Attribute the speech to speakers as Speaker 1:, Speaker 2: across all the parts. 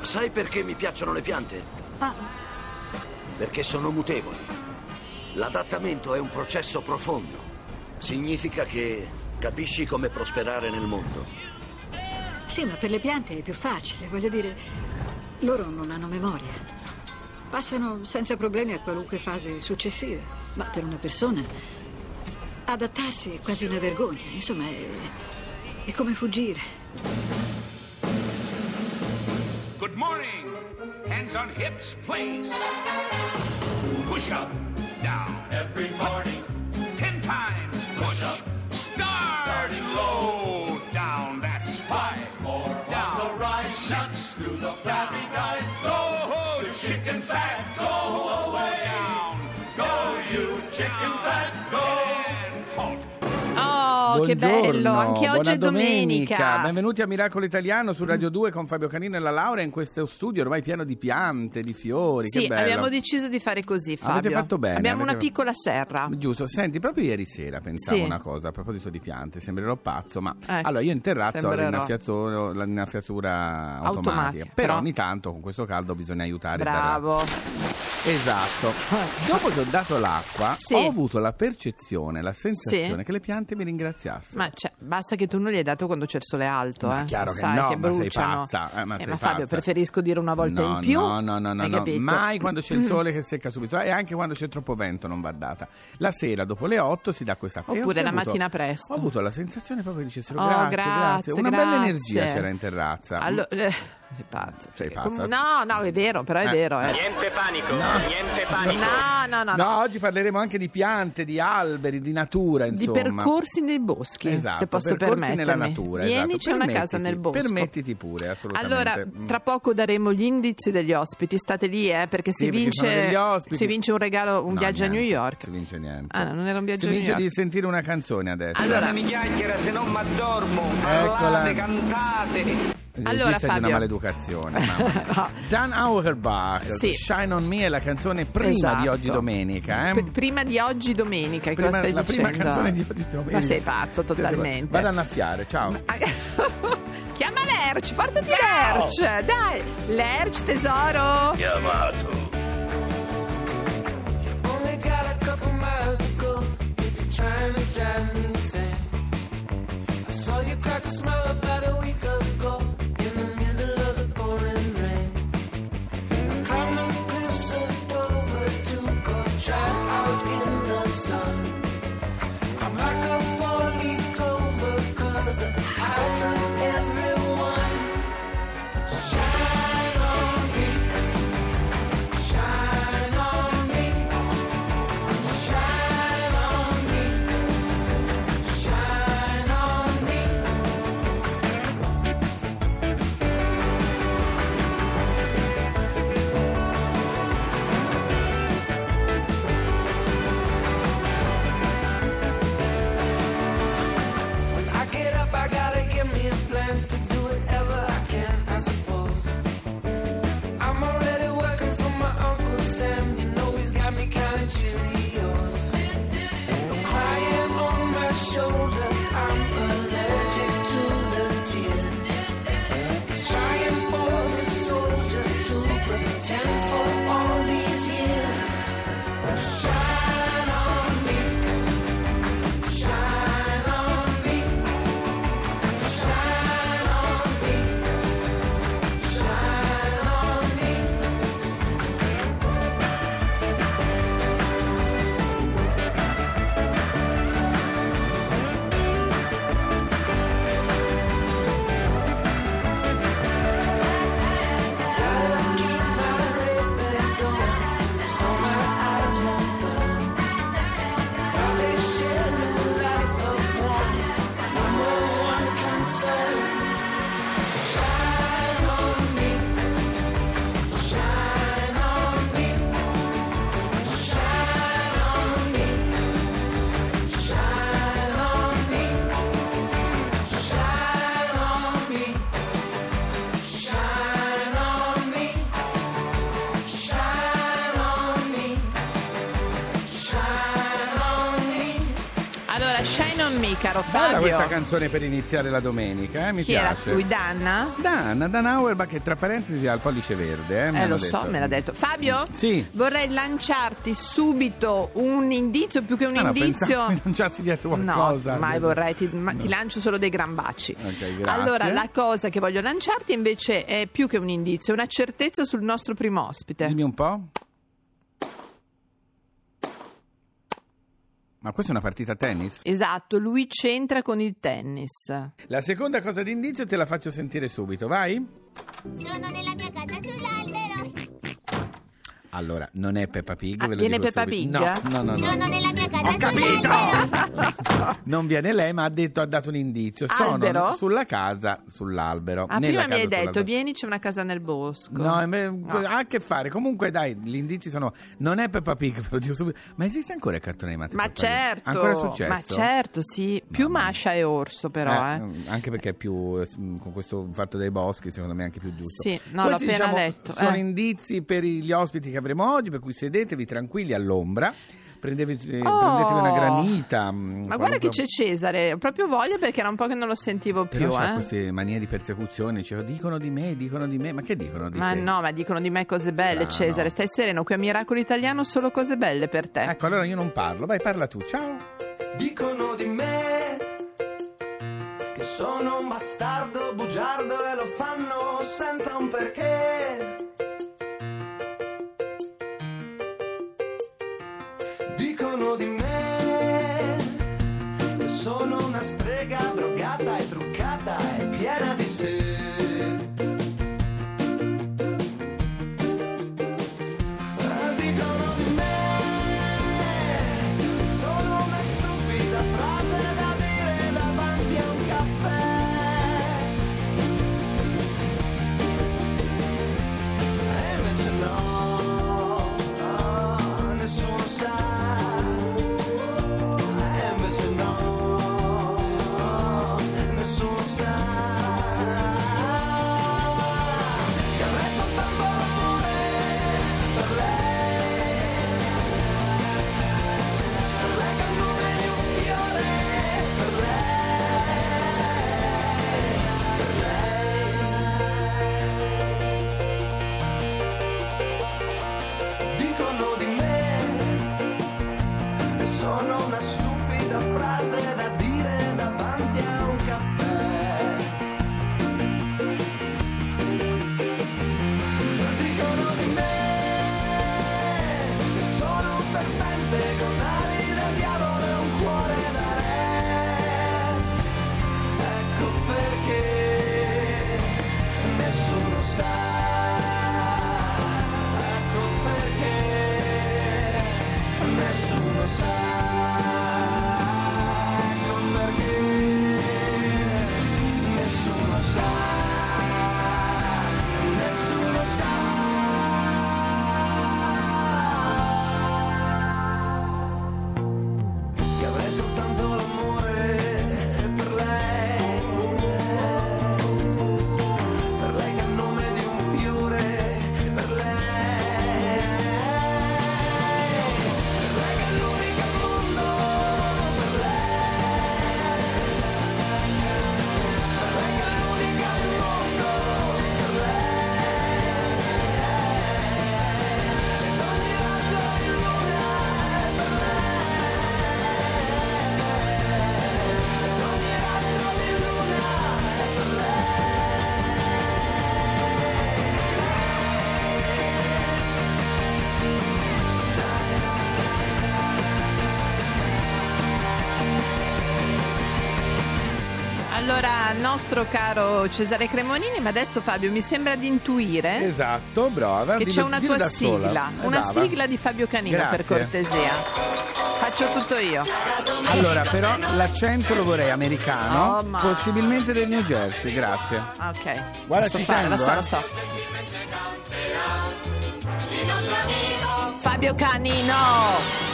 Speaker 1: Sai perché mi piacciono le piante?
Speaker 2: Ah,
Speaker 1: Perché sono mutevoli. L'adattamento è un processo profondo. Significa che capisci come prosperare nel mondo.
Speaker 2: sì, ma per le piante è più facile, voglio dire, loro non hanno memoria. Passano senza problemi a qualunque fase successiva, ma per una persona adattarsi è quasi una vergogna, insomma, è, è come fuggire.
Speaker 3: Good morning. Hands on hips, please. Push up, down. Every morning. Ten times. Push up. Start. Starting low. Down. That's five. More down. the rise. Shuts through the flabby guys. Go ho, chicken fat. Go away. Down. Go you chicken fat. Go. Ten. Halt.
Speaker 4: Oh, che
Speaker 5: Buongiorno,
Speaker 4: bello! Anche oggi
Speaker 5: buona
Speaker 4: è domenica.
Speaker 5: Benvenuti a Miracolo Italiano su Radio 2 con Fabio Canino e la Laura in questo studio ormai pieno di piante, di fiori.
Speaker 4: Sì,
Speaker 5: che bello.
Speaker 4: abbiamo deciso di fare così, Fabio.
Speaker 5: Avete fatto bene,
Speaker 4: Abbiamo
Speaker 5: avete-
Speaker 4: una piccola serra.
Speaker 5: Giusto, senti, proprio ieri sera pensavo
Speaker 4: Sì.
Speaker 5: una cosa a proposito di piante, sembrerò pazzo, ma
Speaker 4: Ecco,
Speaker 5: allora io in terrazzo ho
Speaker 4: sembrerò.
Speaker 5: l'innaffiatura, l'innaffiatura automatica,
Speaker 4: Automatica,
Speaker 5: però,
Speaker 4: però-
Speaker 5: ogni tanto con questo caldo bisogna aiutare. il baracco.
Speaker 4: Bravo.
Speaker 5: Esatto. Dopo che ho dato l'acqua,
Speaker 4: Sì.
Speaker 5: ho avuto la percezione, la sensazione che le piante mi ringraziassero.
Speaker 4: Ma cioè, basta che tu non gli hai dato quando c'è il sole alto,
Speaker 5: Ma
Speaker 4: eh.
Speaker 5: chiaro
Speaker 4: Lo
Speaker 5: che
Speaker 4: sai
Speaker 5: no,
Speaker 4: che
Speaker 5: ma sei
Speaker 4: bruciano.
Speaker 5: pazza. Eh, ma
Speaker 4: Eh,
Speaker 5: sei
Speaker 4: ma Fabio,
Speaker 5: pazza.
Speaker 4: preferisco dire una volta
Speaker 5: No,
Speaker 4: in più.
Speaker 5: No, no, no, no,
Speaker 4: Hai
Speaker 5: no.
Speaker 4: capito? Mm.
Speaker 5: mai quando c'è il sole che secca subito eh, e anche quando c'è troppo vento non va data. La sera dopo le 8 si dà questa cosa. E ho
Speaker 4: Oppure la
Speaker 5: avuto-
Speaker 4: mattina presto.
Speaker 5: Ho avuto la sensazione proprio che dicessero
Speaker 4: Oh,
Speaker 5: grazie,
Speaker 4: grazie,
Speaker 5: Una bella
Speaker 4: grazie.
Speaker 5: energia c'era in terrazza.
Speaker 4: Allora, eh, sei pazzo.
Speaker 5: Sei
Speaker 4: Sì,
Speaker 5: pazza.
Speaker 4: com- No, no, è vero, però è
Speaker 5: Eh.
Speaker 4: vero. eh.
Speaker 6: Niente panico, niente panico.
Speaker 4: No, no, no.
Speaker 5: No,
Speaker 4: no.
Speaker 5: oggi parleremo anche di piante, di alberi, di natura,
Speaker 4: Di
Speaker 5: insomma.
Speaker 4: percorsi nei boschi,
Speaker 5: Esatto,
Speaker 4: se posso
Speaker 5: percorsi
Speaker 4: permettermi.
Speaker 5: nella natura,
Speaker 4: Vieni,
Speaker 5: esatto.
Speaker 4: c'è una
Speaker 5: Permettiti,
Speaker 4: casa nel bosco.
Speaker 5: permettiti pure, assolutamente.
Speaker 4: Allora,
Speaker 5: Mm.
Speaker 4: tra poco daremo gli indizi degli ospiti. State lì, eh, perché si
Speaker 5: Sì, perché ci sono
Speaker 4: vince
Speaker 5: degli ospiti.
Speaker 4: si vince un regalo, un
Speaker 5: No,
Speaker 4: viaggio a New
Speaker 5: niente,
Speaker 4: York.
Speaker 5: Si vince niente.
Speaker 4: Ah, no, non era un viaggio
Speaker 5: si
Speaker 4: a New
Speaker 5: vince
Speaker 4: York.
Speaker 5: di sentire una canzone adesso.
Speaker 4: Allora,
Speaker 6: mi chiacchiera, se non m'addormo.
Speaker 5: Eccola.
Speaker 6: Parlate, cantate.
Speaker 5: Il
Speaker 4: Allora,
Speaker 5: regista di una
Speaker 4: Fabio.
Speaker 5: maleducazione. mamma mia.
Speaker 4: No.
Speaker 5: Dan Auerbach,
Speaker 4: Sì.
Speaker 5: Shine on Me è la canzone prima
Speaker 4: Esatto.
Speaker 5: di oggi domenica. eh?
Speaker 4: P- prima di oggi domenica,
Speaker 5: Prima-
Speaker 4: cosa stai
Speaker 5: la
Speaker 4: dicendo?
Speaker 5: prima canzone di oggi domenica.
Speaker 4: Ma sei pazzo
Speaker 5: Senti,
Speaker 4: totalmente. Ah,
Speaker 5: Vado a annaffiare, ciao.
Speaker 4: Chiama Lerch, portati Lerch, dai, Lerch tesoro.
Speaker 7: Only got a couple miles to go if you're trying to drive me insane. I saw you crack a smile about a week ago in the middle of the pouring rain. I climbed the cliffs of Dover to go try out in the sun. I'm like a four-leaf clover 'cause I hide from everyone. Shine on me, shine on me. Shine on me, shine on me.
Speaker 4: Dimmi, caro
Speaker 5: Bella
Speaker 4: Fabio.
Speaker 5: questa canzone per iniziare la domenica, eh? mi
Speaker 4: Chi era
Speaker 5: piace.
Speaker 4: lui? Danna?
Speaker 5: Dan, Dan Auerbach che tra parentesi ha il pollice verde. Eh, mi
Speaker 4: Eh,
Speaker 5: hanno
Speaker 4: lo so,
Speaker 5: detto.
Speaker 4: me l'ha detto. Fabio?
Speaker 5: Sì.
Speaker 4: Vorrei lanciarti subito un indizio, più che un
Speaker 5: Ah, no,
Speaker 4: indizio.
Speaker 5: pensavo di lanciarsi dietro
Speaker 4: No,
Speaker 5: qualcosa.
Speaker 4: mai vorrei, ti, ma ti lancio solo dei gran baci.
Speaker 5: Ok, grazie.
Speaker 4: allora, la cosa che voglio lanciarti invece è più che un indizio, è una certezza sul nostro primo ospite.
Speaker 5: Dimmi un po'. Ma questa è una partita a tennis?
Speaker 4: Esatto, lui c'entra con il tennis. Ah,
Speaker 5: La seconda cosa d'indizio te la faccio sentire subito, vai?
Speaker 8: Sono nella mia casa sull'albero.
Speaker 5: Allora, non è Peppa Pig,
Speaker 4: Ah,
Speaker 5: ve lo
Speaker 4: viene
Speaker 5: dico
Speaker 4: Peppa
Speaker 5: subito.
Speaker 4: Pig?
Speaker 5: No, no, no, no.
Speaker 8: Sono nella mia casa
Speaker 5: Ho
Speaker 8: sull'albero.
Speaker 5: Non viene lei, ma ha, detto, ha dato un indizio.
Speaker 4: Albero?
Speaker 5: Sono sulla casa, sull'albero.
Speaker 4: Ah, prima
Speaker 5: Nella
Speaker 4: mi
Speaker 5: casa,
Speaker 4: hai detto,
Speaker 5: sull'albero.
Speaker 4: vieni, c'è una casa nel bosco.
Speaker 5: No, me-
Speaker 4: No.
Speaker 5: ha a che fare. Comunque, dai, gli indizi sono. Non è Peppa Pig, ve lo dico subito. Ma esiste ancora il cartone animato? di
Speaker 4: Ma
Speaker 5: Peppa Pig?
Speaker 4: certo,
Speaker 5: Ancora è successo.
Speaker 4: ma certo, sì. Più Masha e Orso, però, eh.
Speaker 5: Eh, Anche perché è più eh, s- mh, con questo fatto dei boschi, secondo me è anche più giusto.
Speaker 4: Sì, no, l'ho
Speaker 5: Questi,
Speaker 4: appena
Speaker 5: diciamo,
Speaker 4: detto,
Speaker 5: Sono
Speaker 4: eh.
Speaker 5: indizi per i- gli ospiti che avremo oggi, per cui sedetevi tranquilli all'ombra. Prendevi, eh,
Speaker 4: Oh!
Speaker 5: Prendetevi una granita. mm, mh,
Speaker 4: Ma guarda che
Speaker 5: qualunque-
Speaker 4: c'è Cesare, ho proprio voglia perché era un po' che non lo sentivo più,
Speaker 5: Però c'ha
Speaker 4: eh.
Speaker 5: queste manie di persecuzione, cioè, dicono di me, dicono di me, ma che dicono di
Speaker 4: Ma
Speaker 5: te?
Speaker 4: no, ma dicono di me cose belle,
Speaker 5: Strano.
Speaker 4: Cesare. Stai sereno, qui a Miracolo Italiano solo cose belle per te.
Speaker 5: Ecco, allora io non parlo, vai parla tu, ciao.
Speaker 7: Dicono di me che sono un bastardo bugiardo e lo fanno senza un perché. Dicono di me che sono una strega drogata e truccata e piena di sé. Dicono di me solo una stupida frase da dire davanti a un caffè E invece no, nessuno sa E invece no, nessuno sa Che avrei soltanto amore per lei, per lei che è il nome di un fiore, per lei, per lei. Dicono di me che sono una stupida frase da dire davanti a un caffè. Dicono di me che sono un serpente con ali da diavolo e un cuore da re. Ecco perché nessuno sa. Ecco perché nessuno sa. Ecco perché nessuno sa. Nessuno sa. che avrei soltanto l'amore per lei. Per lei che ha il nome di un fiore, per lei. Per lei che è l'unica al mondo, per lei. Per lei che è l'unica al mondo, per lei. Ed ogni raggio di luna è per lei.
Speaker 4: Allora, nostro caro Cesare Cremonini, ma adesso Fabio mi sembra di intuire
Speaker 5: Esatto, brava.
Speaker 4: Eh? che
Speaker 5: dillo-
Speaker 4: c'è una
Speaker 5: dillo
Speaker 4: tua
Speaker 5: da sola.
Speaker 4: sigla,
Speaker 5: Eh,
Speaker 4: una
Speaker 5: brava.
Speaker 4: sigla di Fabio Canino per
Speaker 5: Grazie.
Speaker 4: cortesia. Faccio tutto io.
Speaker 5: Allora, però l'accento lo vorrei americano,
Speaker 4: Oh, ma-
Speaker 5: possibilmente del New Jersey, grazie.
Speaker 4: Ah, Ok.
Speaker 5: Guarda,
Speaker 4: Posso
Speaker 5: ci
Speaker 4: fare,
Speaker 5: tengo,
Speaker 4: lo so,
Speaker 5: eh.
Speaker 4: lo so. Fabio Canino!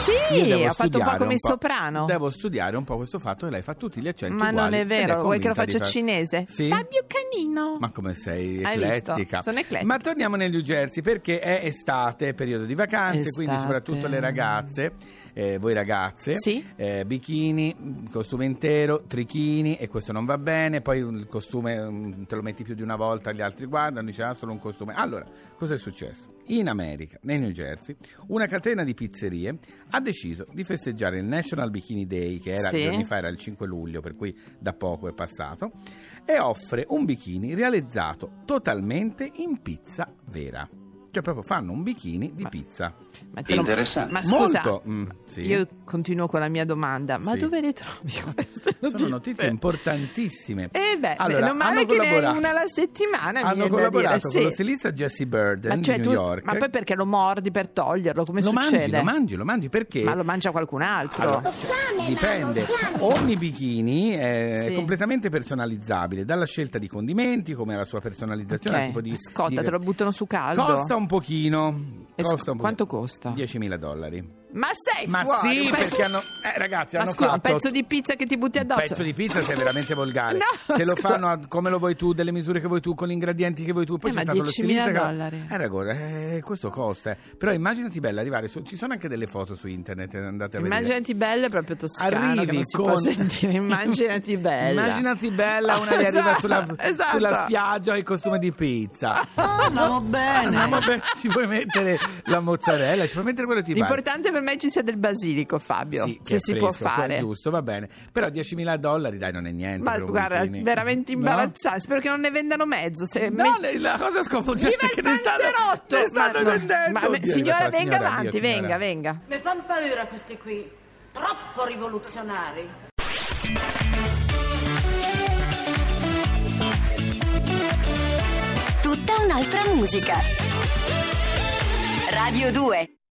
Speaker 4: Sì,
Speaker 5: Io devo
Speaker 4: ha fatto un po'
Speaker 5: studiare
Speaker 4: come il soprano.
Speaker 5: Devo studiare un po' questo fatto che lei fa tutti gli accenti
Speaker 4: Ma non
Speaker 5: uguali
Speaker 4: è
Speaker 5: ed
Speaker 4: vero, vuoi che lo
Speaker 5: convinta
Speaker 4: faccia
Speaker 5: di far-
Speaker 4: cinese?
Speaker 5: Sì?
Speaker 4: Fabio Canino.
Speaker 5: Ma come sei
Speaker 4: Hai visto?
Speaker 5: eclettica.
Speaker 4: Sono eclettica.
Speaker 5: Ma torniamo nel New Jersey perché è estate, è periodo di vacanze,
Speaker 4: Estate.
Speaker 5: quindi soprattutto le ragazze, eh, voi ragazze,
Speaker 4: Sì.
Speaker 5: eh, bikini, costume intero, trichini e questo non va bene, poi il costume mm, te lo metti più di una volta, gli altri guardano, dice ah solo un costume. Allora, cosa è successo? In America, nel New Jersey, una catena di pizzerie ha deciso di festeggiare il National Bikini Day che era
Speaker 4: Sì.
Speaker 5: giorni fa, era il 5 luglio, per cui da poco è passato e offre un bikini realizzato totalmente in pizza vera. Cioè proprio fanno un bikini di
Speaker 4: Ma-
Speaker 5: pizza.
Speaker 4: Ma te lo-
Speaker 3: Interessante.
Speaker 4: Ma scusa,
Speaker 5: Molto, mm, sì.
Speaker 4: io continuo con la mia domanda. Ma
Speaker 5: Sì.
Speaker 4: dove le trovi queste notizie?
Speaker 5: Sono notizie importantissime.
Speaker 4: Eh beh,
Speaker 5: Allora,
Speaker 4: meno male
Speaker 5: hanno
Speaker 4: che ne hai
Speaker 5: collaborato-
Speaker 4: una alla settimana. mi
Speaker 5: Hanno
Speaker 4: viene da
Speaker 5: collaborato
Speaker 4: dire,
Speaker 5: con lo
Speaker 4: sì.
Speaker 5: stilista Jesse Burden
Speaker 4: ma, cioè,
Speaker 5: di
Speaker 4: tu-
Speaker 5: New York.
Speaker 4: ma poi perché lo mordi per toglierlo? Come
Speaker 5: lo
Speaker 4: succede?
Speaker 5: mangi, lo mangi, lo mangi perché?
Speaker 4: Ma lo mangia qualcun altro.
Speaker 5: Allora, cioè, dipende. Ogni bikini è
Speaker 4: Sì.
Speaker 5: completamente personalizzabile, dalla scelta di condimenti, come la sua personalizzazione,
Speaker 4: Ok.
Speaker 5: al tipo di
Speaker 4: Scotta,
Speaker 5: di-
Speaker 4: Eh, te lo buttano su caldo?
Speaker 5: Costa un pochino.
Speaker 4: E
Speaker 5: Costa
Speaker 4: sc-
Speaker 5: un pochino.
Speaker 4: quanto costa?
Speaker 5: 10.000 dollari.
Speaker 4: ma sei
Speaker 5: Ma
Speaker 4: fuori,
Speaker 5: sì,
Speaker 4: un pezzo-
Speaker 5: perché hanno eh, ragazzi,
Speaker 4: Ma
Speaker 5: hanno
Speaker 4: scusa, un
Speaker 5: fatto
Speaker 4: pezzo di pizza che ti butti
Speaker 5: un
Speaker 4: addosso.
Speaker 5: pezzo di pizza sei veramente volgare.
Speaker 4: No, ma
Speaker 5: Te lo
Speaker 4: scusa.
Speaker 5: fanno a- come lo vuoi tu, delle misure che vuoi tu, con gli ingredienti che vuoi tu. Poi
Speaker 4: Eh,
Speaker 5: c'è
Speaker 4: ma
Speaker 5: stato lo
Speaker 4: 10.000
Speaker 5: stilista che-
Speaker 4: dollari.
Speaker 5: Eh, raga, eh, questo costa. eh. Però immaginati bella arrivare su- ci sono anche delle foto su internet, eh, andate a vedere.
Speaker 4: Immaginati bella è proprio toscano che non si può
Speaker 5: con-
Speaker 4: sentire. Immaginati bella.
Speaker 5: Immaginati bella, una che arriva sulla,
Speaker 4: Esatto.
Speaker 5: sulla spiaggia il costume di pizza.
Speaker 2: Andiamo bene.
Speaker 5: Ah, vabbè, ci puoi mettere la mozzarella, ci puoi mettere quello che ti pare.
Speaker 4: L'importante per me ci sia del basilico, Fabio.
Speaker 5: Sì, che
Speaker 4: se
Speaker 5: è
Speaker 4: si
Speaker 5: fresco,
Speaker 4: può fare.
Speaker 5: qua- Giusto, va bene. Però 10.000 dollari, dai, non è niente.
Speaker 4: Ma
Speaker 5: per un
Speaker 4: guarda,
Speaker 5: bikini.
Speaker 4: veramente
Speaker 5: No?
Speaker 4: imbarazzante. Spero che non ne vendano mezzo. Se
Speaker 5: No, le- la cosa sconvolgente
Speaker 4: Viva
Speaker 5: è che
Speaker 4: il
Speaker 5: ne stanno,
Speaker 4: panzerotto!
Speaker 5: ne stanno
Speaker 4: Ma no,
Speaker 5: vendendo.
Speaker 4: ma me-
Speaker 5: Oddio,
Speaker 4: signora,
Speaker 5: diventava
Speaker 4: venga
Speaker 5: signora,
Speaker 4: avanti,
Speaker 5: Dio, signora.
Speaker 4: venga, venga.
Speaker 9: Mi fanno paura questi qui, troppo rivoluzionari.
Speaker 10: Tutta un'altra musica. Radio 2